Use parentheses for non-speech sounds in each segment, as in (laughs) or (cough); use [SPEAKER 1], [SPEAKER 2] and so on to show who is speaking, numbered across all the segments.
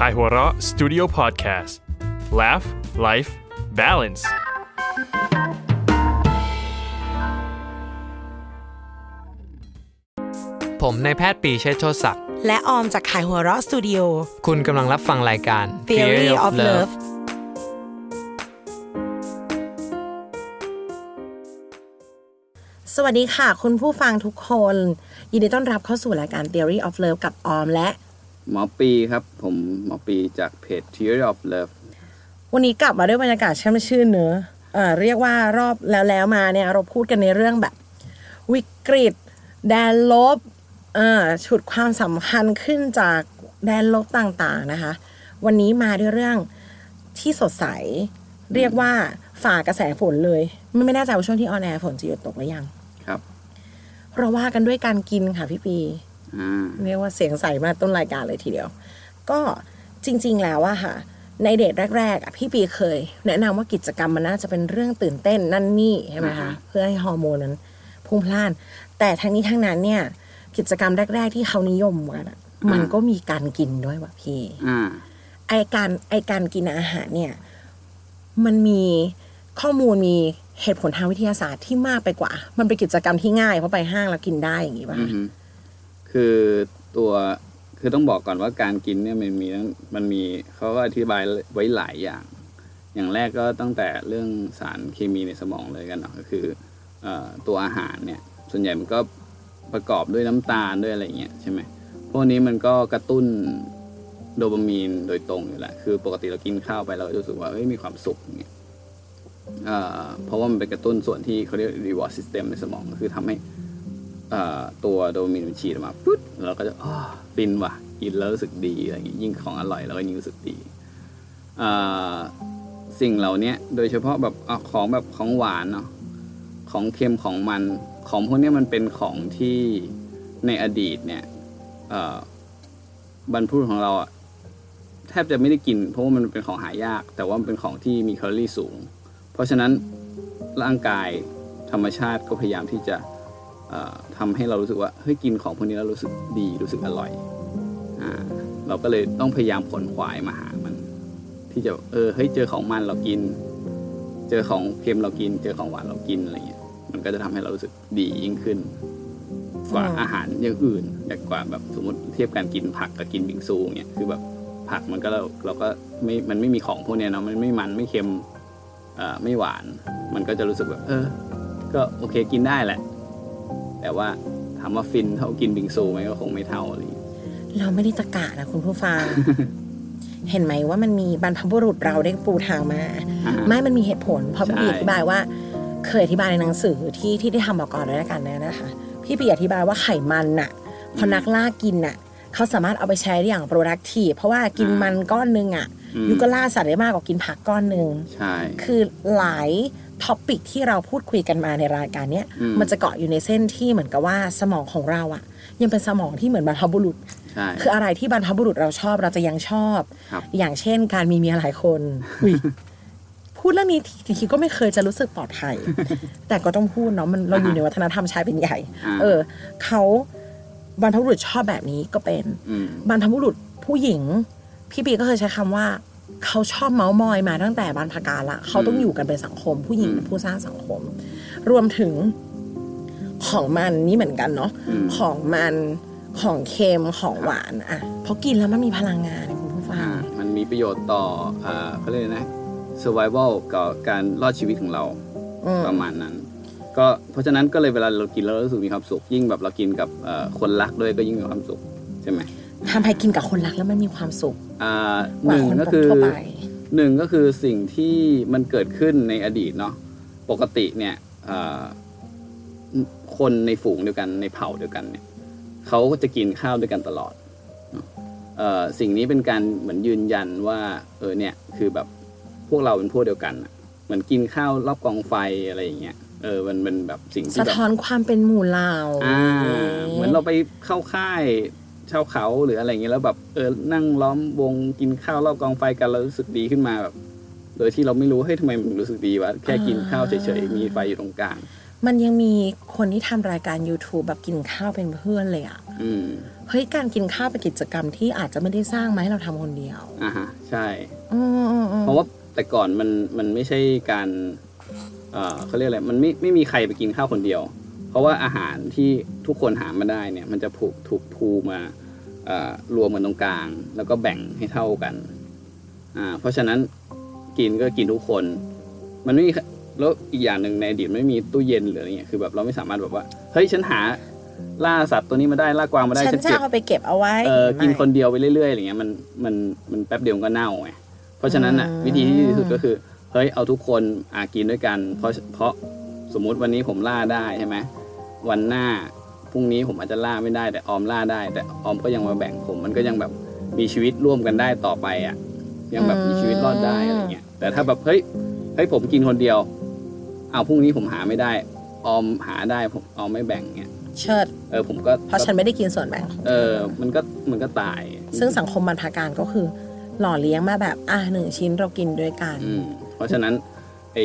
[SPEAKER 1] Kai Hora Studio Podcast. Laugh, Life, Balance.
[SPEAKER 2] ผมนายแพทย์ปรีเชษฐ์โชติศักดิ์
[SPEAKER 3] และออมจากขายหัวเราะสตูดิโอ
[SPEAKER 2] คุณกำลังรับฟังรายการ
[SPEAKER 3] Theory of Love สวัสดีค่ะ คุณผู้ฟังทุกคน ยินดีต้อนรับเข้าสู่รายการ Theory of Love กับออมและ
[SPEAKER 4] หมอปีครับ ผมหมอปีจากเพจ Theory of Love
[SPEAKER 3] วันนี้กลับมาด้วยบรรยากาศแช่มชื่นเนอะเอ่อเรียกว่ารอบแล้วแล้วๆมาเนี่ยเราพูดกันในเรื่องแบบ วิกฤต แดนลบเอ่อฉุดความสำคัญขึ้นจากแดนลบต่างๆนะคะ วันนี้มาด้วยเรื่องที่สดใส เรียกว่าฝ่ากระแสฝนเลย ไม่ไม่แน่ใจว่าช่วงที่ออนแอร์ฝนจะหยุดตกหรือยัง
[SPEAKER 4] ครับ
[SPEAKER 3] เราว่ากันด้วยการกินค่ะพี่ปี
[SPEAKER 4] อ่า
[SPEAKER 3] เรียกว่าเสียงใสมาต้นรายการเลยทีเดียว ก็จริงๆแล้วอะค่ะ ในเดทแรกๆอะพี่ปีเคย แนะนำว่ากิจกรรมมันน่าจะเป็นเรื่องตื่นเต้นนั่นนี่ใช่ไหมคะเพื่อให้ฮอร์โมนนั้นพุ่งพล่าน แต่ทั้งนี้ทั้งนั้นเนี่ย กิจกรรมแรก ๆ ที่เขานิยมกันอะมันก็มีการกินด้วยว่ะพี่
[SPEAKER 4] อ่า
[SPEAKER 3] ไอการไอการกินอาหารเนี่ย มันมีข้อมูลมีเหตุผลทางวิทยาศาสตร์ที่มากไปกว่า มันเป็นกิจกรรมที่ง่ายเพราะไปห้างแล้วกินได้อย่างนี้ป่ะ
[SPEAKER 4] อือ
[SPEAKER 3] คะ
[SPEAKER 4] ฮึคือตัวคือต้องบอกก่อนว่าการกินเนี่ยมันมีทั้งมันมีเขาก็อธิบายไว้หลายอย่าง อย่างแรกก็ตั้งแต่เรื่องสารเคมีในสมองเลยกันเนาะก็คือเอ่อตัวอาหารเนี่ย ส่วนใหญ่มันก็ประกอบด้วยน้ำตาลด้วยอะไรเงี้ยใช่ไหมพวกนี้มันก็กระตุ้นโดปามีนโดยตรงอยู่แล้วคือปกติเรากินข้าวไปเราก็จะรู้สึกว่าเอ้ยมีความสุขอย่างเงี้ยเอ่อเพราะว่ามันไปกระตุ้นส่วนที่เขาเรียก reward system ในสมองก็คือทำให้ เอ่อตัวโดปามีนมันฉีดออกมาปุ๊บแล้วก็จะอ้อฟินว่ะกินแล้วรู้สึกดีอะไรอย่างงี้ยิ่งของอร่อยแล้วก็ยิ่งรู้สึกดีเอ่อสิ่งเหล่าเนี้ยโดยเฉพาะแบบอ่ะของแบบของหวานเนาะของเค็มของมันของพวกเนี้ยมันเป็นของที่ในอดีตเนี่ยเอ่อบรรพบุรุษของเราอะแทบจะไม่ได้กิน เพราะว่ามันเป็นของหายาก แต่ว่ามันเป็นของที่มีแคลอรี่สูง เพราะฉะนั้นร่างกายธรรมชาติก็พยายามที่จะ เอ่อทำให้เรารู้สึกว่าเฮ้ยกินของพวกนี้แล้วรู้สึกดีรู้สึกอร่อยอ่าเราก็เลยต้องพยายามขนขวายมาหามัน ที่จะเออเฮ้ยเจอของมันเรากิน เจอของเค็มเรากิน เจอของหวานเรากินอะไรเงี้ยมันก็จะทำให้เรารู้สึกดียิ่งขึ้น กว่าอาหารอย่างอื่นอย่างกว่าแบบสมมติเทียบการกินผักกับกินบิงซูเนี่ยคือแบบผักมันก็เราเราก็ไม่มันไม่มีของพวกเนี้ยเนาะมันไม่มันไม่เค็มเอ่อไม่หวาน มันก็จะรู้สึกแบบเออ ก็โอเคกินได้แหละ แต่ว่าถามว่าฟินเท่ากินบิงซูไหมก็คงไม่เท่าอะไรอย่างเงี้ย
[SPEAKER 3] เราไม่ได้ตะกะนะคุณผู้ฟั
[SPEAKER 4] (laughs)
[SPEAKER 3] ง เห็นไหมว่ามันมีบรรพบุรุษเราได้ปูทางมา
[SPEAKER 4] อ่า
[SPEAKER 3] ไม่มันมีเหตุผลเพราะพี่ปีอ
[SPEAKER 4] ใช่
[SPEAKER 3] ธิบายว่า เคยอธิบายในหนังสือที่ที่ได้ทำมาก่อนด้วยแล้วกันนะนะคะ พี่ปีอธิบายว่าไขมันน่ะ พอนักล่ากินน่ะ เขาสามารถเอาไปใช้ได้อย่าง productive เพราะว่ากินมันก้อนหนึงอ่ะ
[SPEAKER 4] อืม
[SPEAKER 3] ยูก็ล่าสัตว์ได้มากกว่ากินผักก้อนหนึง
[SPEAKER 4] ใช่
[SPEAKER 3] คือหลายท็อปิกที่เราพูดคุยกันมาในรายการเนี้ย
[SPEAKER 4] อืม
[SPEAKER 3] มันจะเกาะอยู่ในเส้นที่เหมือนกับว่าสมองของเราอ่ะ ยังเป็นสมองที่เหมือนบรรพบุรุษ
[SPEAKER 4] ใช่
[SPEAKER 3] คืออะไรที่บรรพบุรุษเราชอบเราจะยังชอบ
[SPEAKER 4] ครับ
[SPEAKER 3] อย่างเช่นการมีเมียหลายคนพูดเรื่องนี้ทีคิดก็ไม่เคยจะรู้สึกปลอดภัย
[SPEAKER 4] (laughs)
[SPEAKER 3] แต่ก็ต้องพูดเนาะมันเราอยู่ในวัฒนธรรมชายเป็นใหญ่
[SPEAKER 4] อ่า
[SPEAKER 3] เออเขาบรรพบุรุษชอบแบบนี้ก็เป็น
[SPEAKER 4] ม
[SPEAKER 3] บรรพบุรุษผู้หญิง พี่ปีก็เคยใช้คำว่า เขาชอบเมาส์มอยมาตั้งแต่บรรพกาลละเขาต้องอยู่กันเป็นสังคม ผู้หญิงเป็นผู้สร้างสังคม รวมถึงของมันนี่เหมือนกันเนาะ
[SPEAKER 4] อืม
[SPEAKER 3] ของมันของเค็มของหวานอ่ะเพราะกินแล้วมันมีพลังงานนะคุณผู้ฟัง
[SPEAKER 4] อ่ามันมีประโยชน์ต่ออ่าเขาเรียกอะไรนะ survival กับการรอดชีวิตของเรา
[SPEAKER 3] อืม
[SPEAKER 4] ประมาณนั้น ก็เพราะฉะนั้นก็เลยเวลาเรากินแล้วเรารู้สึกมีความสุข ยิ่งแบบเรากินกับเอ่อคนรักด้วยก็ยิ่งมีความสุขใช่ไหม
[SPEAKER 3] ทำให้กินกับคนรักแล้วมันมีความสุข
[SPEAKER 4] อ่าก ห
[SPEAKER 3] ว่า
[SPEAKER 4] นึ่ง
[SPEAKER 3] คน
[SPEAKER 4] ก็
[SPEAKER 3] ปก
[SPEAKER 4] คือ
[SPEAKER 3] ทั่วไป
[SPEAKER 4] หนึ่งก็คือสิ่งที่มันเกิดขึ้นในอดีตเนาะปกติเนี่ยเอ่อคนในฝูงเดียวกันในเผ่าเดียวกันเนี่ยเขาก็จะกินข้าวด้วยกันตลอด เอ่อสิ่งนี้เป็นการเหมือนยืนยันว่าเออเนี่ยคือแบบพวกเราเป็นพวกเดียวกันอะเหมือนกินข้าวรอบกองไฟอะไรอย่างเงี้ยเออมันมันแบบสิ่งที่
[SPEAKER 3] สะ
[SPEAKER 4] แบบ
[SPEAKER 3] ท้อนความเป็นหมู่เหล่า
[SPEAKER 4] อ่าเหมือนเราไปเข้าค่ายชาวเขาหรืออะไรอย่างเงี้ยแล้วแบบเออนั่งล้อมวงกินข้าวรอบกองไฟกันแล้วรู้สึกดีขึ้นมาแบบ โดยที่เราไม่รู้เฮ้ยทำไมมันรู้สึกดีวะแค่กินข้าวเฉยๆมีไฟอยู่ตรงกลาง
[SPEAKER 3] มันยังมีคนที่ทำรายการ YouTube แบบกินข้าวเป็นเพื่อนเลยอะ
[SPEAKER 4] อืม
[SPEAKER 3] เฮ้ยการกินข้าวเป็นกิจกรรมที่อาจจะไม่ได้สร้างมาให้เราทำคนเดียว
[SPEAKER 4] อ่าฮะใช่
[SPEAKER 3] อืมอืมอืม
[SPEAKER 4] เพราะว่าแต่ก่อนมันมันไม่ใช่การเอ่อเขาเรียกอะไรมันไม่ไม่มีใครไปกินข้าวคนเดียว เพราะว่าอาหารที่ทุกคนหามาได้เนี่ย มันจะผูกถูกพูมาเอ่อรวมกันตรงกลาง แล้วก็แบ่งให้เท่ากันอ่าเพราะฉะนั้นกินก็กินทุกคน มันไม่มีแล้วอีกอย่างหนึ่งในอดีตไม่มีตู้เย็นหรืออะไรเงี้ยคือแบบเราไม่สามารถแบบว่าเฮ้ยฉันหาล่าสัตว์ตัวนี้มาได้ล่ากวางมาได้
[SPEAKER 3] ฉันจะ
[SPEAKER 4] เก็บ
[SPEAKER 3] เอาไปเก็บเอาไว้
[SPEAKER 4] เออ
[SPEAKER 3] ไม่
[SPEAKER 4] กินคนเดียวไปเรื่อยๆอะไรเงี้ยมันมันมันแป๊บเดียวมันก็เน่าไงเพราะฉะนั้นอ่ะ
[SPEAKER 3] อืม
[SPEAKER 4] วิธีที่ดีที่สุดก็คือเฮ้ยเอาทุกคนอากินด้วยกัน เพราะเพราะสมมุติวันนี้ผมล่าได้ใช่ไหมวันหน้าพรุ่งนี้ผมอาจจะล่าไม่ได้ แต่ออมล่าได้ แต่ออมก็ยังมาแบ่งผมมันก็ยังแบบมีชีวิตร่วมกันได้ต่อไปอ่ะยังแบบมีชีวิตรอดได้อะไรเงี้ยแต่ถ้าแบบเฮ้ยเฮ้ยผมกินคนเดียวเอาพรุ่งนี้ผมหาไม่ได้ ออมหาได้ผมออมไม่แบ่งเงี้ย
[SPEAKER 3] เชิด
[SPEAKER 4] เออผมก็
[SPEAKER 3] เพราะฉันไม่ได้กินส่วนแบ่งของ
[SPEAKER 4] เออมันก็มันก็ตาย
[SPEAKER 3] ซึ่งสังคมบรรพการก็คือ หล่อเลี้ยงมาแบบอ่ะหนึ่งชิ้นเรากินด้วยกัน
[SPEAKER 4] อืมเพราะฉะนั้นไอ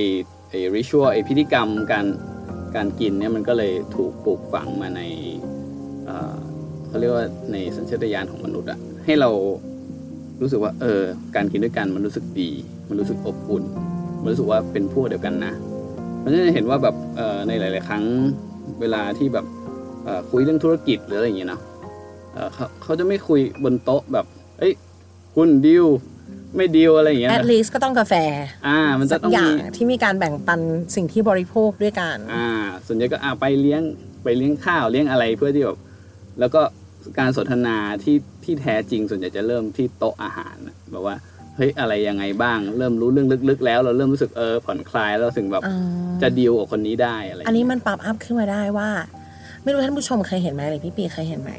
[SPEAKER 4] ไอริชัวไอพิธีกรรมการการกินเนี่ยมันก็เลยถูกปลูกฝังมาในเอ่อเขาเรียกว่าในสัญชาตญาณของมนุษย์อะให้เรารู้สึกว่าเออการกินด้วยกันมันรู้สึกดี มันรู้สึกอบอุ่น มันรู้สึกว่าเป็นพวกเดียวกันนะเพราะฉะนั้นจะเห็นว่าแบบเอ่อในหลาย ๆ ครั้งเวลาที่แบบเอ่อคุยเรื่องธุรกิจหรืออะไรอย่างเงี้ยเนาะเอ่อเขาเขาจะไม่คุยบนโต๊ะแบบ เอ้ยคุณดิวไม่ดิวอะไรอย่างเงี้ย
[SPEAKER 3] at
[SPEAKER 4] นะ
[SPEAKER 3] least ก็ต้องกาแฟ
[SPEAKER 4] อ่ามันจะ
[SPEAKER 3] สัก
[SPEAKER 4] ต้อง
[SPEAKER 3] อย่า
[SPEAKER 4] มี
[SPEAKER 3] งที่มีการแบ่งปันสิ่งที่บริโภคด้วยกัน
[SPEAKER 4] อ่า ส่วนใหญ่ก็อ่าไปเลี้ยงไปเลี้ยงข้าวเลี้ยงอะไรเพื่อที่แบบแล้วก็การสนทนาที่ที่แท้จริงส่วนใหญ่จะเริ่มที่โต๊ะอาหารน่ะแบบว่าเฮ้ยอะไรยังไงบ้าง เริ่มรู้เรื่องลึกๆ แล้วเราเริ่มรู้สึกเออผ่อนคลายแล้วถึงแบบ
[SPEAKER 3] อ่า
[SPEAKER 4] จะดีลกับคนนี้ได้อะไร
[SPEAKER 3] อันนี้มันปั๊บอัพขึ้นมาได้ว่า ไม่รู้ท่านผู้ชมเคยเห็นไหมหรือพี่ปีเคยเห็นไหม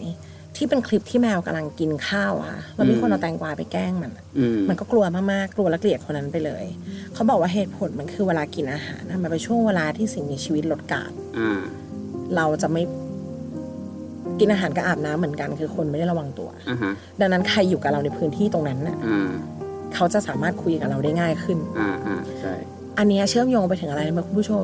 [SPEAKER 3] ที่เป็นคลิปที่แมวกำลังกินข้าวอะแล้วมีคนเอาแตงกวาไปแกล้งมันอะ
[SPEAKER 4] อืม
[SPEAKER 3] มันก็กลัวมาก ๆ กลัวและเกลียดคนนั้นไปเลย เขาบอกว่าเหตุผลมันคือเวลากินอาหารนะมันเป็นช่วงเวลาที่สิ่งมีชีวิตลดกาด
[SPEAKER 4] อ่า
[SPEAKER 3] เราจะไม่กินอาหารกับอาบน้ำเหมือนกัน คือคนไม่ได้ระวังตัว
[SPEAKER 4] อ่าฮะ
[SPEAKER 3] ดังนั้นใครอยู่กับเราในพื้นที่ตรงนั้นน่ะ
[SPEAKER 4] อ่า
[SPEAKER 3] เขาจะสามารถคุยกับเราได้ง่ายขึ้น
[SPEAKER 4] อ่าอ่าใช่
[SPEAKER 3] อันเนี้ยเชื่อมโยงไปถึงอะไรรู้ไหมคุณผู้ชม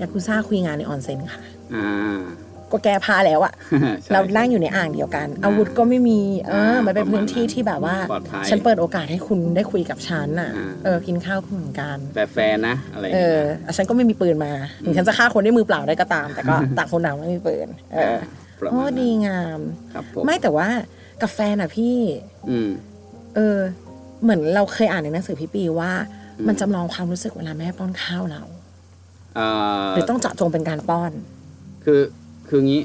[SPEAKER 3] ยากุซ่าคุยงานในออนเซ็นค่ะ
[SPEAKER 4] อ่า (laughs)
[SPEAKER 3] ก็แก้ผ้าแล้วอะ
[SPEAKER 4] ใช่
[SPEAKER 3] เรานั่งอยู่ในอ่างเดียวกัน อาวุธก็ไม่มีเออมันเป็นพื้นที่ที่แบบว่า
[SPEAKER 4] ปลอดภัย
[SPEAKER 3] ฉันเปิดโอกาสให้คุณได้คุยกับฉันน่ะ
[SPEAKER 4] อ่า
[SPEAKER 3] เออกินข้าวก็เหมือนกัน
[SPEAKER 4] แต่แฟนนะอะไรอย่าง
[SPEAKER 3] เอ
[SPEAKER 4] เงี้
[SPEAKER 3] อย
[SPEAKER 4] นะ
[SPEAKER 3] ฉันก็ไม่มีปืนมาถึงฉันจะฆ่าคนด้วยมือเปล่าได้ก็ตาม แต่ก็ต่างคนต่างไม่มีปืนเออ
[SPEAKER 4] ประ
[SPEAKER 3] โอ้
[SPEAKER 4] มาณ
[SPEAKER 3] ดี
[SPEAKER 4] นั้น
[SPEAKER 3] งาม
[SPEAKER 4] ครับผม
[SPEAKER 3] ไม่แต่ว่ากาแฟน่ะพี่
[SPEAKER 4] อืม
[SPEAKER 3] เออ เหมือนเราเคยอ่านในหนังสือพี่ปีว่า
[SPEAKER 4] อืม
[SPEAKER 3] มันจำลองความรู้สึกเวลาแม่ป้อนข้าวเรา
[SPEAKER 4] อ่า
[SPEAKER 3] หรือต้องเจาะจงเป็นการป้อน
[SPEAKER 4] คือคืองี้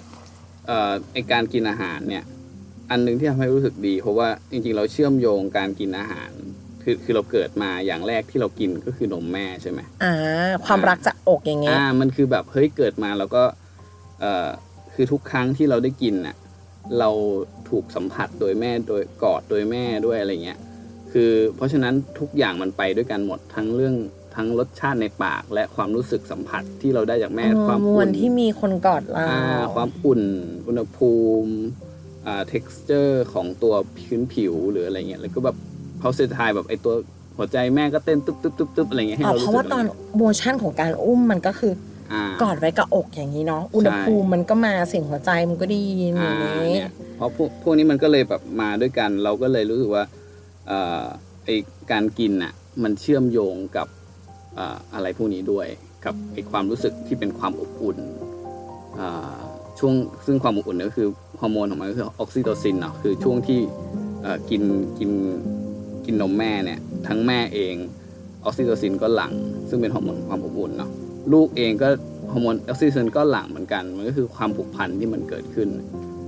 [SPEAKER 4] เอ่อไอการกินอาหารเนี่ย อันหนึ่งที่ทำให้รู้สึกดี เพราะว่าจริงๆ เราเชื่อมโยงการกินอาหาร คือคือเราเกิดมาอย่างแรกที่เรากินก็คือนมแม่ใช่ไหม
[SPEAKER 3] อ่า ความรักจากอกอย่างเงี้ย
[SPEAKER 4] อ่ามันคือแบบเฮ้ยเกิดมาเราก็เอ่อคือทุกครั้งที่เราได้กินน่ะเราถูกสัมผัสโดยแม่โดยกอดโดยแม่ด้วยอะไรเงี้ยคือเพราะฉะนั้นทุกอย่างมันไปด้วยกันหมดทั้งเรื่องทั้งรสชาติในปาก และความรู้สึกสัมผัสที่เราได้จากแม่
[SPEAKER 3] เออ
[SPEAKER 4] ความ
[SPEAKER 3] มว
[SPEAKER 4] อุ่
[SPEAKER 3] ล
[SPEAKER 4] น
[SPEAKER 3] ที่มีคนกอดเรา
[SPEAKER 4] อ่าความอุ่น อุณหภูมิอ่า texture ของตัวพื้นผิวหรืออะไรเงี้ย แล้วก็แบบเขาเซตไทยแบบไอตัวหัวใจแม่ก็เต้นตึ๊บตึ๊บตึ๊บตึ๊บอะไรเงี้ยให้
[SPEAKER 3] อ๋อ
[SPEAKER 4] เรา
[SPEAKER 3] เพ
[SPEAKER 4] รู้
[SPEAKER 3] ราะ
[SPEAKER 4] สึ
[SPEAKER 3] ว่ากตอนโมชั่นของการอุ้มมันก็คือ
[SPEAKER 4] อ่า
[SPEAKER 3] อกอดไว้กับอกอย่างนี้เนาะ อุณหภูมิมันก็มาเสียงหัวใจมันก็ไดีอย่า
[SPEAKER 4] อ่าง
[SPEAKER 3] นี้
[SPEAKER 4] เนี่ยเพราะพวกพวกนี้มันก็เลยแบบมาด้วยกัน เราก็เลยรู้สึกว่าเอ่อไอการกินน่ะมันเชื่อมโยงกับเอ่ออะไรพวกนี้ด้วยกับไอความรู้สึกที่เป็นความอบอุ่นอ่าช่วงซึ่งความอบอุ่นก็คือฮอร์โมนของมันก็คือออกซิโตซินเนาะคือช่วงที่เอ่อกินกินกินนมแม่เนี่ยทั้งแม่เองออกซิโตซินก็หลั่งซึ่งเป็นฮอร์โมนความอบอุ่นเนาะลูกเองก็ฮอร์โมนออกซิโตซินก็หลั่งเหมือนกันมันก็คือความผูกพันที่มันเกิดขึ้น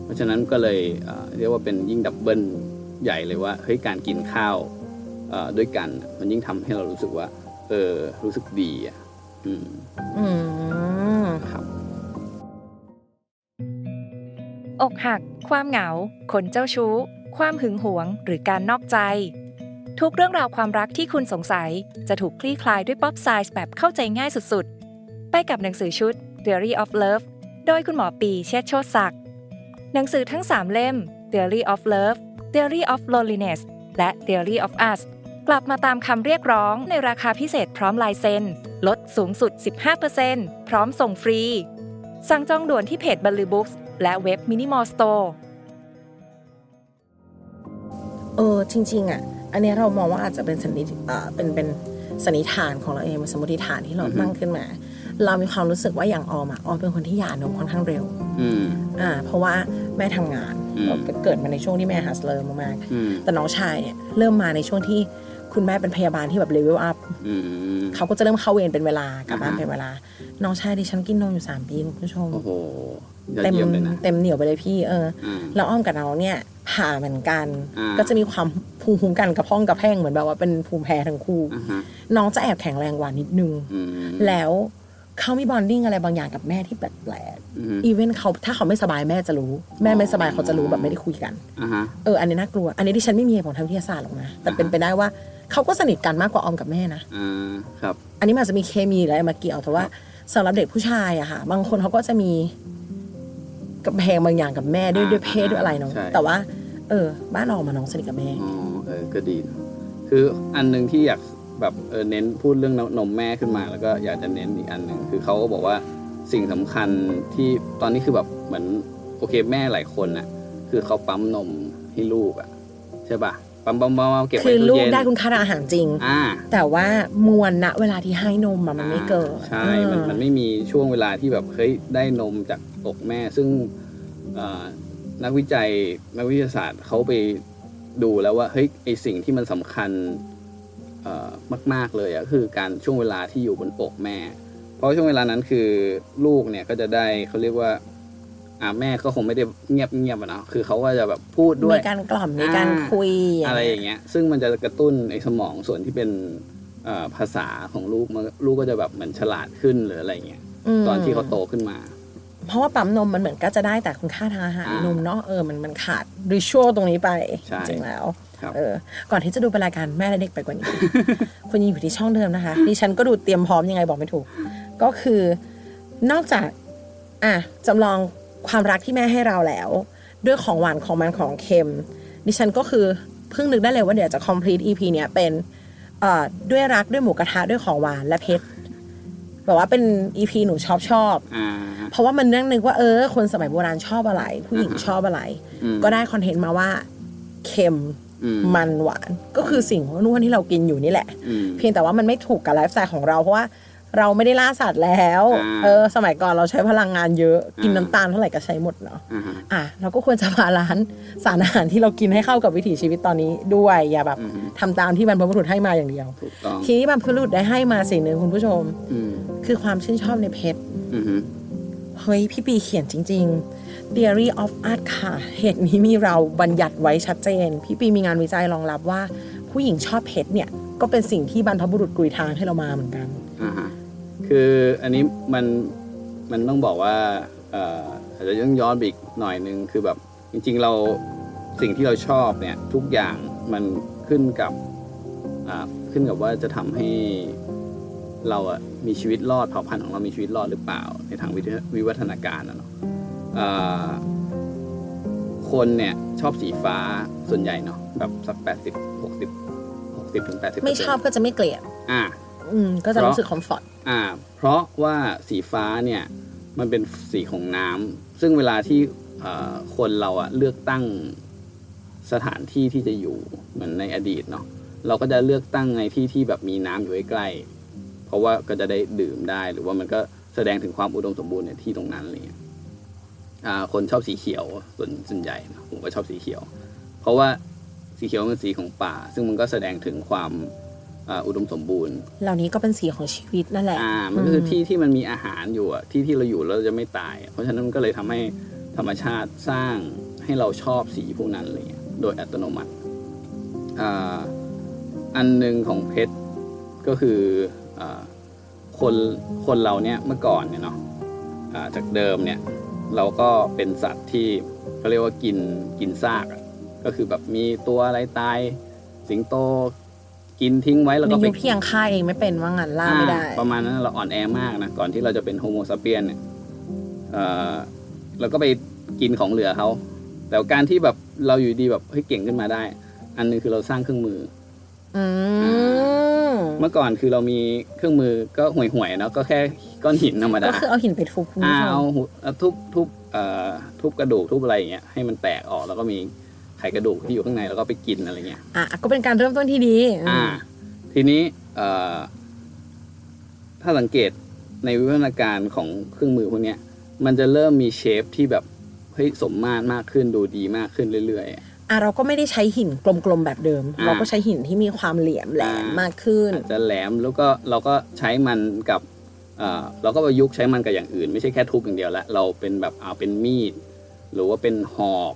[SPEAKER 4] เพราะฉะนั้นก็เลยเอ่อเรียกว่าเป็นยิ่งดับเบิลใหญ่เลยว่าเฮ้ยการกินข้าวเอ่อด้วยกันน่ะมันยิ่งทำให้เรารู้สึกว่า เออรู้สึกดีอ่ะอืม
[SPEAKER 3] อืม
[SPEAKER 4] ครับ
[SPEAKER 5] อกหัก ความเหงา คนเจ้าชู้ ความหึงหวง หรือการนอกใจ ทุกเรื่องราวความรักที่คุณสงสัย จะถูกคลี่คลายด้วยป๊อปไซส์แบบเข้าใจง่ายสุดๆ ไปกับหนังสือชุด Theory of Love โดยคุณหมอปีเชษฐ์โชติศักดิ์หนังสือทั้ง 3 เล่ม Theory of Love Theory of Loneliness และ Theory of Us กลับมาตามคำเรียกร้องในราคาพิเศษพร้อมลายเซ็นลดสูงสุด 15%พร้อมส่งฟรี สั่งจองด่วนที่เพจบัลลือบุ๊กและเว็บมินิมอลสโตร์
[SPEAKER 3] เออจริงๆอ่ะอันเนี้ยเรามองว่าอาจจะเป็นสันนิษเอ่อเป็นเป็นสันนิษฐานของเราเองเป็นสมมติฐานที่เรา
[SPEAKER 4] อือฮึ
[SPEAKER 3] ตั้งขึ้นมา เรามีความรู้สึกว่าอย่างออมอ่ะออมเป็นคนที่หย่านมค่อนข้างเร็ว
[SPEAKER 4] อืม
[SPEAKER 3] อ่าเพราะว่าแม่ทำงาน
[SPEAKER 4] อืม
[SPEAKER 3] เกิดมาในช่วงที่แม่ฮัสเลอร์มาก
[SPEAKER 4] อืม
[SPEAKER 3] ๆแต่น้องชายเนี่ยเริ่มมาในช่วงที่คุณแม่เป็นพยาบาลที่แบบเลเวลอัพ
[SPEAKER 4] อืม
[SPEAKER 3] เขาก็จะเริ่มเข้าเวรเป็นเวลากลับบ้าน
[SPEAKER 4] อ่าฮะ
[SPEAKER 3] เป็นเวลา น้องชายดิฉันกินนมอยู่สามปีคุณผู้ชม
[SPEAKER 4] โอ้โหยอด
[SPEAKER 3] เต็ม
[SPEAKER 4] เยี่ยมเลยนะ
[SPEAKER 3] เต็มเหนียวไปเลยพี่เออ
[SPEAKER 4] อ่า
[SPEAKER 3] แล้วอ้อมกับน้องเนี่ยผ่าเหมือนกัน
[SPEAKER 4] อ่า
[SPEAKER 3] ก็จะมีความภูมิคุ้มกันกระพ้องกระแพงเหมือนแบบว่าเป็นภูมิแพ้ทั้งคู่
[SPEAKER 4] อ่าฮะ
[SPEAKER 3] น้องจะแอบแข็งแรงกว่านิดนึง
[SPEAKER 4] อืม
[SPEAKER 3] แล้วเขามีบอนดิ้งอะไรบางอย่างกับแม่ที่แปลก
[SPEAKER 4] อืม
[SPEAKER 3] ๆอีเวนเขาถ้าเขาไม่สบายแม่จะรู้ แม่ไม่สบายเขาจะรู้แบบไม่ได้คุยกัน
[SPEAKER 4] อ่าฮะ
[SPEAKER 3] เอออันนี้น่ากลัว อันนี้ที่ฉันไม่มีเหตุผลทางวิทยาศาสตร์หรอกนะแต่เป็น
[SPEAKER 4] อ่าฮะ
[SPEAKER 3] ไปได้ว่าเขาก็สนิทกันมากกว่าออมกับแม่นะ
[SPEAKER 4] อ่าครับ
[SPEAKER 3] อันนี้มันอาจจะมีเคมีหรืออะไรมาเกี่ยวแต่ว่าสำหรับเด็กผู้ชายอะค่ะบางคนเขาก็จะมีกับแพงบางอย่างกับแม่ด้วย
[SPEAKER 4] อ่า
[SPEAKER 3] ด้วยเพศด้วยอะไรเนาะ
[SPEAKER 4] ใช่
[SPEAKER 3] แต่ว่า เออ บ้านเรามาน้องสนิทกับแม่
[SPEAKER 4] อ๋อเออก็ดีนะคืออันหนึ่งที่อยากแบบเออเน้นพูดเรื่องนมแม่ขึ้นมา แล้วก็อยากจะเน้นอีกอันหนึ่งคือเขาก็บอกว่าสิ่งสำคัญที่ตอนนี้คือแบบเหมือนโอเคแม่หลายคนน่ะ คือเขาปั๊มนมให้ลูกอ่ะใช่ป่ะปั๊มปั๊มปั๊มปั๊มเก็บ
[SPEAKER 3] คื
[SPEAKER 4] ไว้
[SPEAKER 3] อ
[SPEAKER 4] ตู้
[SPEAKER 3] ลูก
[SPEAKER 4] เย็น
[SPEAKER 3] ได้คุณค่าทางอาหารจริง
[SPEAKER 4] อ่า
[SPEAKER 3] แต่ว่ามวลณเวลาที่ให้นมอะมันไม่เกิด
[SPEAKER 4] ใช่มันมันไม่มีช่วงเวลาที่แบบเฮ้ยได้นมจากอกแม่ ซึ่งเอ่อนักวิจัยนักวิทยาศาสตร์เขาไปดูแล้วว่าเฮ้ยไอสิ่งที่มันสำคัญ เอ่อมาก ๆ เลยอะคือการช่วงเวลาที่อยู่บนอกแม่ เพราะช่วงเวลานั้นคือลูกเนี่ยก็จะได้เขาเรียกว่าอ่าแม่ก็คงไม่ได้เงียบเงียบๆอะเนาะคือเขาก็จะแบบพูดด้ว
[SPEAKER 3] มี
[SPEAKER 4] ย
[SPEAKER 3] การกล่อมมีการ
[SPEAKER 4] อ่า
[SPEAKER 3] คุย
[SPEAKER 4] อะไรอย่างเงี้ย ซึ่งมันจะกระตุ้นไอ้สมองส่วนที่เป็นเอ่อภาษาของลูกมันลูกก็จะแบบเหมือนฉลาดขึ้นหรืออะไรเงี้ย
[SPEAKER 3] ม
[SPEAKER 4] ตอนที่เขาโตขึ้นมา
[SPEAKER 3] เพราะว่าปั๊มนมมันเหมือนก็จะได้แต่คุณค่าทางอาหาร
[SPEAKER 4] อ่าน น
[SPEAKER 3] มเนาะเออมันมันขาดริชวลตรงนี้ไป
[SPEAKER 4] ใช่
[SPEAKER 3] จริงแล้ว
[SPEAKER 4] ครับ
[SPEAKER 3] เออก่อนที่จะดูเป็นรายการแม่และเด็กไปกว่านี้ (laughs) คุณยิงอยู่ที่ช่องเดิมนะคะดิฉันก็ดูเตรียมพร้อมยังไงบอกไม่ถูก ก็คือนอกจากอ่ะจำลองความรักที่แม่ให้เราแล้ว ด้วยของหวานของมันของเค็ม ดิฉันก็คือเพิ่งนึกได้เลยว่าเดี๋ยวจะ complete EP เนี้ยเป็นเอ่อด้วยรักด้วยหมูกระทะด้วยของหวานและเพชรแบบว่าเป็น EP หนูชอบชอบ
[SPEAKER 4] อ่า
[SPEAKER 3] เพราะว่ามันเรื่องนึกว่าเออ คนสมัยโบราณชอบอะไร ผู้หญิงชอบอะไร
[SPEAKER 4] อืม
[SPEAKER 3] ก็ได้คอนเทนต์มาว่าเค็ม
[SPEAKER 4] อืม
[SPEAKER 3] มันหวาน ก็คือสิ่งนวนที่เรากินอยู่นี่แหละ
[SPEAKER 4] อืม
[SPEAKER 3] เพียงแต่ว่ามันไม่ถูกกับไลฟ์สไตล์ของเรา เพราะว่าเราไม่ได้ล่าสัตว์แล้ว
[SPEAKER 4] อ่า
[SPEAKER 3] เออ สมัยก่อนเราใช้พลังงานเยอะกิน
[SPEAKER 4] อ่า
[SPEAKER 3] น้ำตาลเท่าไหร่ก็ใช้หมดเนาะ
[SPEAKER 4] อ่าฮะ
[SPEAKER 3] อ่ะเราก็ควรจะบาลานซ์สารอาหารที่เรากินให้เข้ากับวิถีชีวิตตอนนี้ด้วยอย่าแบบ
[SPEAKER 4] อืม
[SPEAKER 3] ทำตามที่บรรพบุรุษให้มาอย่างเดียว
[SPEAKER 4] ถูกต้อง
[SPEAKER 3] ทีนี้บรรพบุรุษได้ให้มาสิ่งหนึ่งคุณผู้ชม
[SPEAKER 4] อืม
[SPEAKER 3] คือความชื่นชอบในเพชร
[SPEAKER 4] อืมฮึ
[SPEAKER 3] เฮ้ย พี่ปีเขียนจริง ๆ Theory of Art ค่ะ เหตุนี้มีเราบัญญัติไว้ชัดเจน พี่ปีมีงานวิจัยรองรับว่า ผู้หญิงชอบเพชรเนี่ย ก็เป็นสิ่งที่บรรพบุรุษกุยทางให้เรามาเหมือนกัน
[SPEAKER 4] อ่าฮะคืออันนี้มันมันต้องบอกว่าเอ่ออาจจะต้องย้อนไปอีกหน่อยนึงคือแบบจริง ๆเราสิ่งที่เราชอบเนี่ย ทุกอย่างมันขึ้นกับอ่าขึ้นกับว่าจะทำให้ เราอะมีชีวิตรอดเผ่าพันธุ์ของเรามีชีวิตรอดหรือเปล่า ในทางวิทยาวิวัฒนาการนะเนาะเอ่อคนเนี่ยชอบสีฟ้าส่วนใหญ่เนาะแบบสักแปดสิบหกสิบหกสิบถึงแปดสิบ
[SPEAKER 3] ไม่ชอบก็จะไม่เกลียด
[SPEAKER 4] อ่า
[SPEAKER 3] อืม ก็จะ
[SPEAKER 4] เพราะ
[SPEAKER 3] รู้สึกคอมฟอร์ต
[SPEAKER 4] อ่า เพราะว่าสีฟ้าเนี่ยมันเป็นสีของน้ำซึ่งเวลาที่เอ่อคนเราอะเลือกตั้งสถานที่ที่จะอยู่เหมือนในอดีตเนาะเราก็จะเลือกตั้งในที่ที่แบบมีน้ำอยู่ใกล้ๆเพราะว่าก็จะได้ดื่มได้หรือว่ามันก็แสดงถึงความอุดมสมบูรณ์ในที่ตรงนั้นอะไรเลยอ่าคนชอบสีเขียวส่วนส่วนใหญ่นะผมก็ชอบสีเขียว เพราะว่าสีเขียวเป็นสีของป่า ซึ่งมันก็แสดงถึงความอ่าอุดมสมบูรณ์
[SPEAKER 3] เหล่านี้ก็เป็นสีของชีวิตนั่นแหละ
[SPEAKER 4] อ่ามันก็คือที่ที่มันมีอาหารอยู่อะที่ที่เราอยู่แล้วเราจะไม่ตายอะเพราะฉะนั้นมันก็เลยทำให้ธรรมชาติสร้างให้เราชอบสีพวกนั้นอะไรเลยโดยอัตโนมัติอ่าอันหนึ่งของเพชรก็คืออาคนคนเราเนี่ยเมื่อก่อนเนี่ยเนาะอ่าจากเดิมเนี่ยเราก็เป็นสัตว์ที่เขาเรียกว่ากินกินซากอะ ก็คือแบบมีตัวอะไรตาย สิงโตกินทิ้งไว้แล้ว
[SPEAKER 3] มี
[SPEAKER 4] ก็ไป
[SPEAKER 3] ยุคที่ยังฆ่าเองไม่เป็นว่างั้นล่าไม่ได้
[SPEAKER 4] อ่ประมาณนั้นเราอ่อนแอมากนะ ก่อนที่เราจะเป็นโฮโมซาเปียนเนี่ยเอ่อเราก็ไปกินของเหลือเขา แต่การที่แบบเราอยู่ดีแบบเฮ้ยเก่งขึ้นมาได้ อันหนึงคือเราสร้างเครื่องมือ
[SPEAKER 3] อืม
[SPEAKER 4] เมื่อก่อนคือเรามีเครื่องมือก็ห่วยๆเนาะก็แค่ก้อนหินธรรมดา
[SPEAKER 3] ก็คือเอาหินไปทุบคุณ
[SPEAKER 4] อ่า
[SPEAKER 3] ผู้ช
[SPEAKER 4] เอา
[SPEAKER 3] ม
[SPEAKER 4] หุเอาทุบทุบเอ่อทุบกระดูกทุบอะไรอย่างเงี้ยให้มันแตกออกแล้วก็มีไข่กระดูกที่อยู่ข้างในแล้วก็ไปกินอะไรเงี้ย
[SPEAKER 3] อ่ะก็เป็นการเริ่มต้นที่ดี
[SPEAKER 4] อ่าทีนี้เอ่อถ้าสังเกตในวิวัฒนาการของเครื่องมือพวกเนี้ย มันจะเริ่มมีเชฟที่แบบเฮ้ยสมมาตรมากขึ้นดูดีมากขึ้นเรื่อย
[SPEAKER 3] อ่ะเราก็ไม่ได้ใช้หินกลมๆแบบเดิม
[SPEAKER 4] อ่า
[SPEAKER 3] เราก็ใช้หินที่มีความเหลี่ยมแหลม
[SPEAKER 4] อ่าม
[SPEAKER 3] มากขึ้น
[SPEAKER 4] ๆอาจจะแหลมแล้วก็เราก็ใช้มันกับเอ่อเราก็ประยุกต์ใช้มันกับอย่างอื่น ไม่ใช่แค่ทุบอย่างเดียวละเราเป็นแบบเอาเป็นมีด หรือว่าเป็นหอก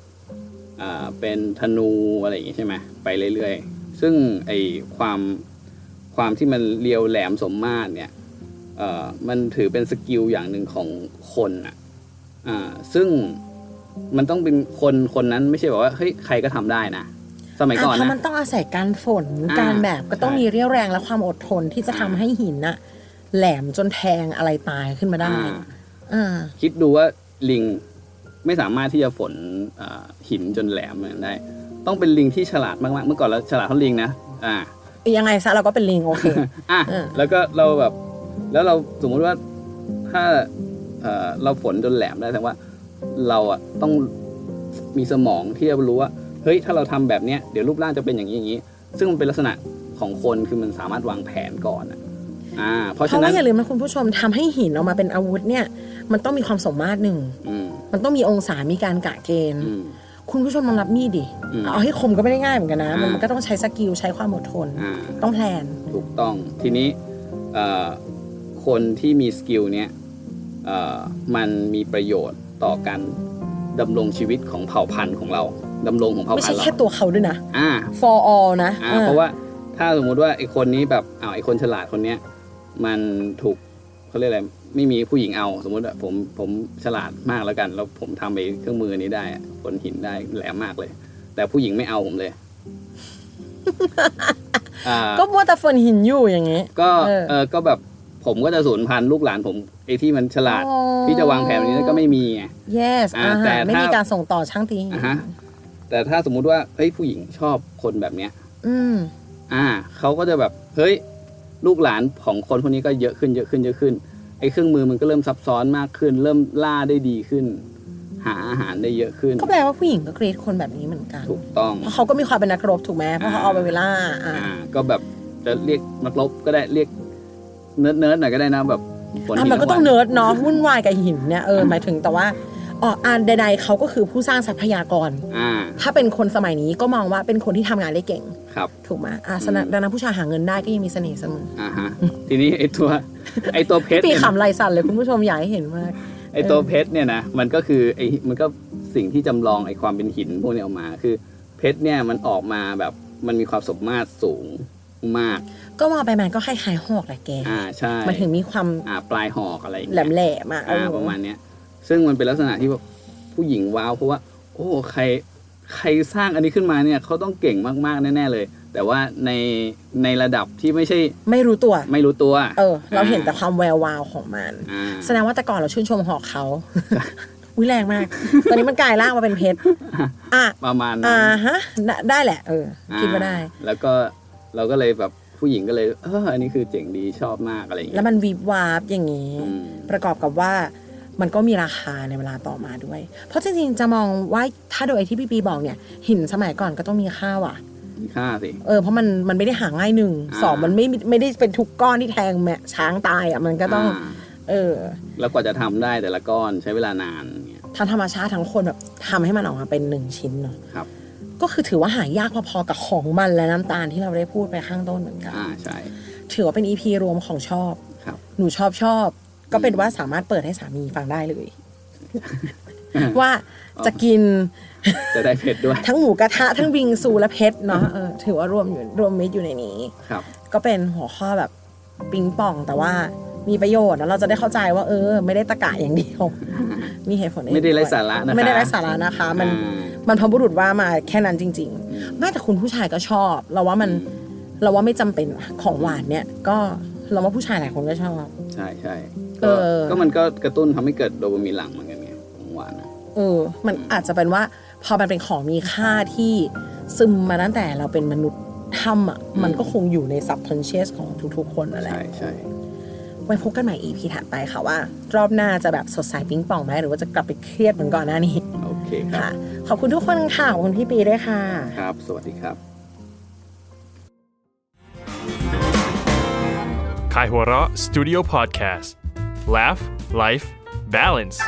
[SPEAKER 4] อ่าเป็นธนูอะไรอย่างงี้ใช่ไหมไปเรื่อยๆ ซึ่งไอความความที่มันเรียวแหลมสมมาตรเนี่ยเอ่อมันถือเป็นสกิลอย่างหนึ่งของคนอ่ะอ่าซึ่งมันต้องเป็นคนคนนั้นไม่ใช่แบบว่าเฮ้ยใครก็ทำได้นะ สมัย
[SPEAKER 3] อ่ะ
[SPEAKER 4] ก่อน
[SPEAKER 3] เพราะ
[SPEAKER 4] นะ
[SPEAKER 3] มันต้องอาศัยการฝน
[SPEAKER 4] อ่า
[SPEAKER 3] การแบบก็ต้อง
[SPEAKER 4] ใช่
[SPEAKER 3] มีเรี่ยวแรงและความอดทนที่จะทำ
[SPEAKER 4] อ่า
[SPEAKER 3] ให้หินน่ะ แหลมจนแทงอะไรตายขึ้นมาได้
[SPEAKER 4] อ่า
[SPEAKER 3] อ่า
[SPEAKER 4] คิดดูว่าลิงไม่สามารถที่จะฝนอ่าหินจนแหลมเหมือนนั้นได้ ต้องเป็นลิงที่ฉลาดมากๆ เมื่อก่อนเราฉลาดเท่าลิงนะอ่า
[SPEAKER 3] ยังไงซะเราก็เป็นลิงโอเค
[SPEAKER 4] อ่ะ
[SPEAKER 3] เออ
[SPEAKER 4] แล้วก็เราแบบแล้วเราสมมุติว่าถ้าเอ่อเราฝนจนแหลมได้แสดงว่า เราอ่ะต้องมีสมองที่จะรู้ว่าเฮ้ยถ้าเราทำแบบเนี้ยเดี๋ยวรูปร่างจะเป็นอย่างนี้อย่างนี้ ซึ่งมันเป็นลักษณะของคนคือมันสามารถวางแผนก่อนอะอ่า เพราะ
[SPEAKER 3] เพ
[SPEAKER 4] ฉะ
[SPEAKER 3] ราะ
[SPEAKER 4] นั้
[SPEAKER 3] ว่าน อย่าลืมนะคุณผู้ชมทำให้หินออกมาเป็นอาวุธเนี่ย มันต้องมีความสมมาตรหนึ่ง
[SPEAKER 4] อืม
[SPEAKER 3] มันต้องมีองศามีการกะเกณฑ์
[SPEAKER 4] อืม
[SPEAKER 3] คุณผู้ชมลองรับมีดดิ
[SPEAKER 4] อืม
[SPEAKER 3] เอาให้คมก็ไม่ได้ง่ายเหมือนกันนะ มัน
[SPEAKER 4] อ่ามั
[SPEAKER 3] ก็ต้องใช้สกิลใช้ความอดทน
[SPEAKER 4] อ่า
[SPEAKER 3] ต้องแพลน
[SPEAKER 4] ถูกต้องทีนี้เอ่อคนที่มีสกิลเนี้ยเอ่อมันมีประโยชน์ต่อการดำรงชีวิตของเผ่าพันธุ์ของเราดำรงของเผ่า
[SPEAKER 3] ไม่
[SPEAKER 4] พัน
[SPEAKER 3] ใช่
[SPEAKER 4] ธุ์เรา
[SPEAKER 3] แค่ตัวเขาด้วยนะ
[SPEAKER 4] อ่า
[SPEAKER 3] for all นะ
[SPEAKER 4] อ่า
[SPEAKER 3] ออ
[SPEAKER 4] เพราะว่าถ้าสมมุติว่าไอคนนี้แบบอ้าวไอคนฉลาดคนเนี้ยมันถูกเขาเรียกอะไรไม่มีผู้หญิงเอา สมมุติว่าผมผมฉลาดมากแล้วกัน แล้วผมทำไอเครื่องมือนี้ได้อะผลหินได้แหลมมากเลย แต่ผู้หญิงไม่เอาผม
[SPEAKER 3] (laughs)
[SPEAKER 4] เลยอ่า
[SPEAKER 3] ก็มัวแต่ฝนหินอยู่อย่างนี้
[SPEAKER 4] ก็
[SPEAKER 3] เออ
[SPEAKER 4] เออก็แบบผมก็จะสูญพันธุ์ลูกหลานผมไอ้ที่มันฉลาด ที่จะวางแผนแบบนี้ก็ไม่มีไง
[SPEAKER 3] yes
[SPEAKER 4] อ่า
[SPEAKER 3] อ่า
[SPEAKER 4] แต่ถ้า
[SPEAKER 3] ไม่มีการส่งต่อช่างตีหิน
[SPEAKER 4] อ่ะฮะแต่ถ้าสมมุติว่าเฮ้ยผู้หญิงชอบคนแบบเนี้ย
[SPEAKER 3] อืม
[SPEAKER 4] อ่าเขาก็จะแบบเฮ้ยลูกหลานของคนพวกนี้ก็เยอะขึ้นเยอะขึ้นเยอะขึ้นไอ้เครื่องมือมันก็เริ่มซับซ้อนมากขึ้น เริ่มล่าได้ดีขึ้น หาอาหารได้เยอะขึ้น
[SPEAKER 3] ก็แปลว่าผู้หญิงก็กรีดคนแบบนี้เหมือนกัน
[SPEAKER 4] ถูกต้อง
[SPEAKER 3] เพราะเขาก็มีความเป็นนักรบถูกไหมเพราะเขาเอาไปเวลาอ่า
[SPEAKER 4] อ่า ก็แบบจะเรียกนักรบก็ได้เรียกเนิร์ดเนิร์ดๆหน่อยก็ได้นะแบบฝน
[SPEAKER 3] อ่ะ
[SPEAKER 4] หิ
[SPEAKER 3] มันก็ต้อง
[SPEAKER 4] วั
[SPEAKER 3] เนิร์ดเนาะวุ่นวายกับหินเนี่ยเออหมายถึงแต่ว่าอ๋ออันใดๆเขาก็คือผู้สร้างทรัพยากร
[SPEAKER 4] อ่า
[SPEAKER 3] ถ้าเป็นคนสมัยนี้ก็มองว่าเป็นคนที่ทำงานได้เก่ง
[SPEAKER 4] ครับ
[SPEAKER 3] ถูกไหมอ่ะสนะดังนั้นผู้ชายหาเงินได้ก็ยังมีเสน่ห์เสมอ
[SPEAKER 4] อ่าฮะทีนี้ไอตัวไอตัวเพชร
[SPEAKER 3] ปี
[SPEAKER 4] เนี่ย
[SPEAKER 3] ขำลายสั่นเลยคุณผู้ชมอยากให้เห็นมาก
[SPEAKER 4] ไอตัวเพชรเนี่ยนะมันก็คือไอมันก็สิ่งที่จำลองไอความเป็นหินพวกนี้ออกมาคือเพชรเนี่ยมันออกมาแบบมันมีความสมมาตรสูงมาก
[SPEAKER 3] ก็มองไปมันก็คล้ายๆหอกแหละแก
[SPEAKER 4] อ่าใช่
[SPEAKER 3] มันถึงมีความ
[SPEAKER 4] อ่าปลายหอกอะไรอย่าง
[SPEAKER 3] แ
[SPEAKER 4] เงี้ย
[SPEAKER 3] หลมๆอ่ะเอ
[SPEAKER 4] อ่า
[SPEAKER 3] อ
[SPEAKER 4] ประมาณเนี้ยซึ่งมันเป็นลักษณะที่แบบผู้หญิงว้าวเพราะว่า โอ้ใครใครสร้างอันนี้ขึ้นมาเนี่ยเขาต้องเก่งมากๆแน่ๆเลย แต่ว่าในในระดับที่ไม่ใช่
[SPEAKER 3] ไม่รู้ตัว
[SPEAKER 4] ไม่รู้ตัว
[SPEAKER 3] เออ เราเห็นแต่ความแวววาวของมัน
[SPEAKER 4] อ่า
[SPEAKER 3] แสดงว่าแต่ก่อนเราชื่นชมหอกเขา (laughs) วิแรงมาก ตอนนี้มันกลายร่างมาเป็นเพชร อ่ะ
[SPEAKER 4] ประมาณนั้
[SPEAKER 3] อ่าน ฮะได้ได้แหละ เออ คิดว่าได้
[SPEAKER 4] อ่แล้วก็เราก็เลยแบบผู้หญิงก็เลยเอออันนี้คือเจ๋งดีชอบมากอะไรอย่า
[SPEAKER 3] แล้
[SPEAKER 4] งเงี้
[SPEAKER 3] วย มันวีบวาบอย่างนี้
[SPEAKER 4] อืม
[SPEAKER 3] ประกอบกับว่ามันก็มีราคาในเวลาต่อมาด้วย เพราะจริงๆ จะมองว่าถ้าโดยที่พี่ปีบอกเนี่ย หินสมัยก่อนก็ต้องมีค่าว่ะ
[SPEAKER 4] มีค่าสิ
[SPEAKER 3] เออเพราะมันมันไม่ได้หาง่ายหนึ่ง
[SPEAKER 4] อ่า
[SPEAKER 3] สองมันไม่ไม่ได้เป็นทุกก้อนที่แทงแม่ช้างตายอ่ะมันก็ต้อง
[SPEAKER 4] า
[SPEAKER 3] เออ
[SPEAKER 4] แล้วกว่าจะทำได้แต่ละก้อนใช้เวลานานเนี่ย
[SPEAKER 3] ทางธรรมชาติทั้งคนแบบทำให้มันออกมาเป็นหนึ่งชิ้นเนาะ
[SPEAKER 4] ครับ
[SPEAKER 3] ก็คือถือว่าหายากพอๆกับของมันและน้ำตาลที่เราได้พูดไปข้างต้นเหมือนกัน
[SPEAKER 4] อ่าใช่
[SPEAKER 3] ถือว่าเป็นอีพีรวมของชอบ
[SPEAKER 4] ครับ
[SPEAKER 3] หนูชอบชอบ ก็เป็นว่าสามารถเปิดให้สามีฟังได้เลย
[SPEAKER 4] (laughs)
[SPEAKER 3] ว่าจะกิน
[SPEAKER 4] จะได้เพชรด้วย
[SPEAKER 3] ทั้งหมูกระทะทั้งวิงซูและเพชรเนาะเออถือว่ารวมอยู่รวมมิตรอยู่ในนี้
[SPEAKER 4] ครับ
[SPEAKER 3] ก็เป็นหัวข้อแบบปิงป่องแต่ว่ามีประโยชน์แล้วเราจะได้เข้าใจว่า เออ
[SPEAKER 4] (laughs)
[SPEAKER 3] ไม่ได้ตะกะอย่างเดียว มีเหตุผลอื่น
[SPEAKER 4] ไม่ได้ไร้
[SPEAKER 3] วย
[SPEAKER 4] สาระนะคะ
[SPEAKER 3] ไม่ได้ไร้สาระนะคะ มัน
[SPEAKER 4] อ่า
[SPEAKER 3] บรรพบุรุษว่ามาแค่นั้นจริงๆแม้แต่คุณผู้ชายก็ชอบ เราว่ามันเราว่าไม่จำเป็นของหวานเนี่ยก็เราว่าผู้ชายหลายคนก็ชอบ
[SPEAKER 4] ใช่ใช่
[SPEAKER 3] เอ
[SPEAKER 4] ก็
[SPEAKER 3] อ
[SPEAKER 4] ก็มันก็กระตุ้นทำให้เกิดโดปามีนหลังเหมือนกันไงของหวานนะ
[SPEAKER 3] เออ มันอาจจะเป็นว่าพอมันเป็นของมีค่าที่ซึมมาตั้งแต่เราเป็นมนุษย์ทำอ่ะ มันก็คงอยู่ใน subconscious ของทุกๆ คนนั่นแหละ
[SPEAKER 4] ใช่ใช่
[SPEAKER 3] ไว้พบกันใหม่ EP ถัดไปค่ะว่า รอบหน้าจะแบบสดใสปิ๊งป่องไหมหรือว่าจะกลับไปเครียดเหมือนก่อนหน้านี้
[SPEAKER 4] โอเคครับ
[SPEAKER 3] ค่ะ ขอบคุณทุกคนค่ะ ขอบคุณพี่ปีด้วยค่ะ
[SPEAKER 4] ครับ สวัสดีครับ
[SPEAKER 1] Kaihura Studio Podcast Laugh Life Balance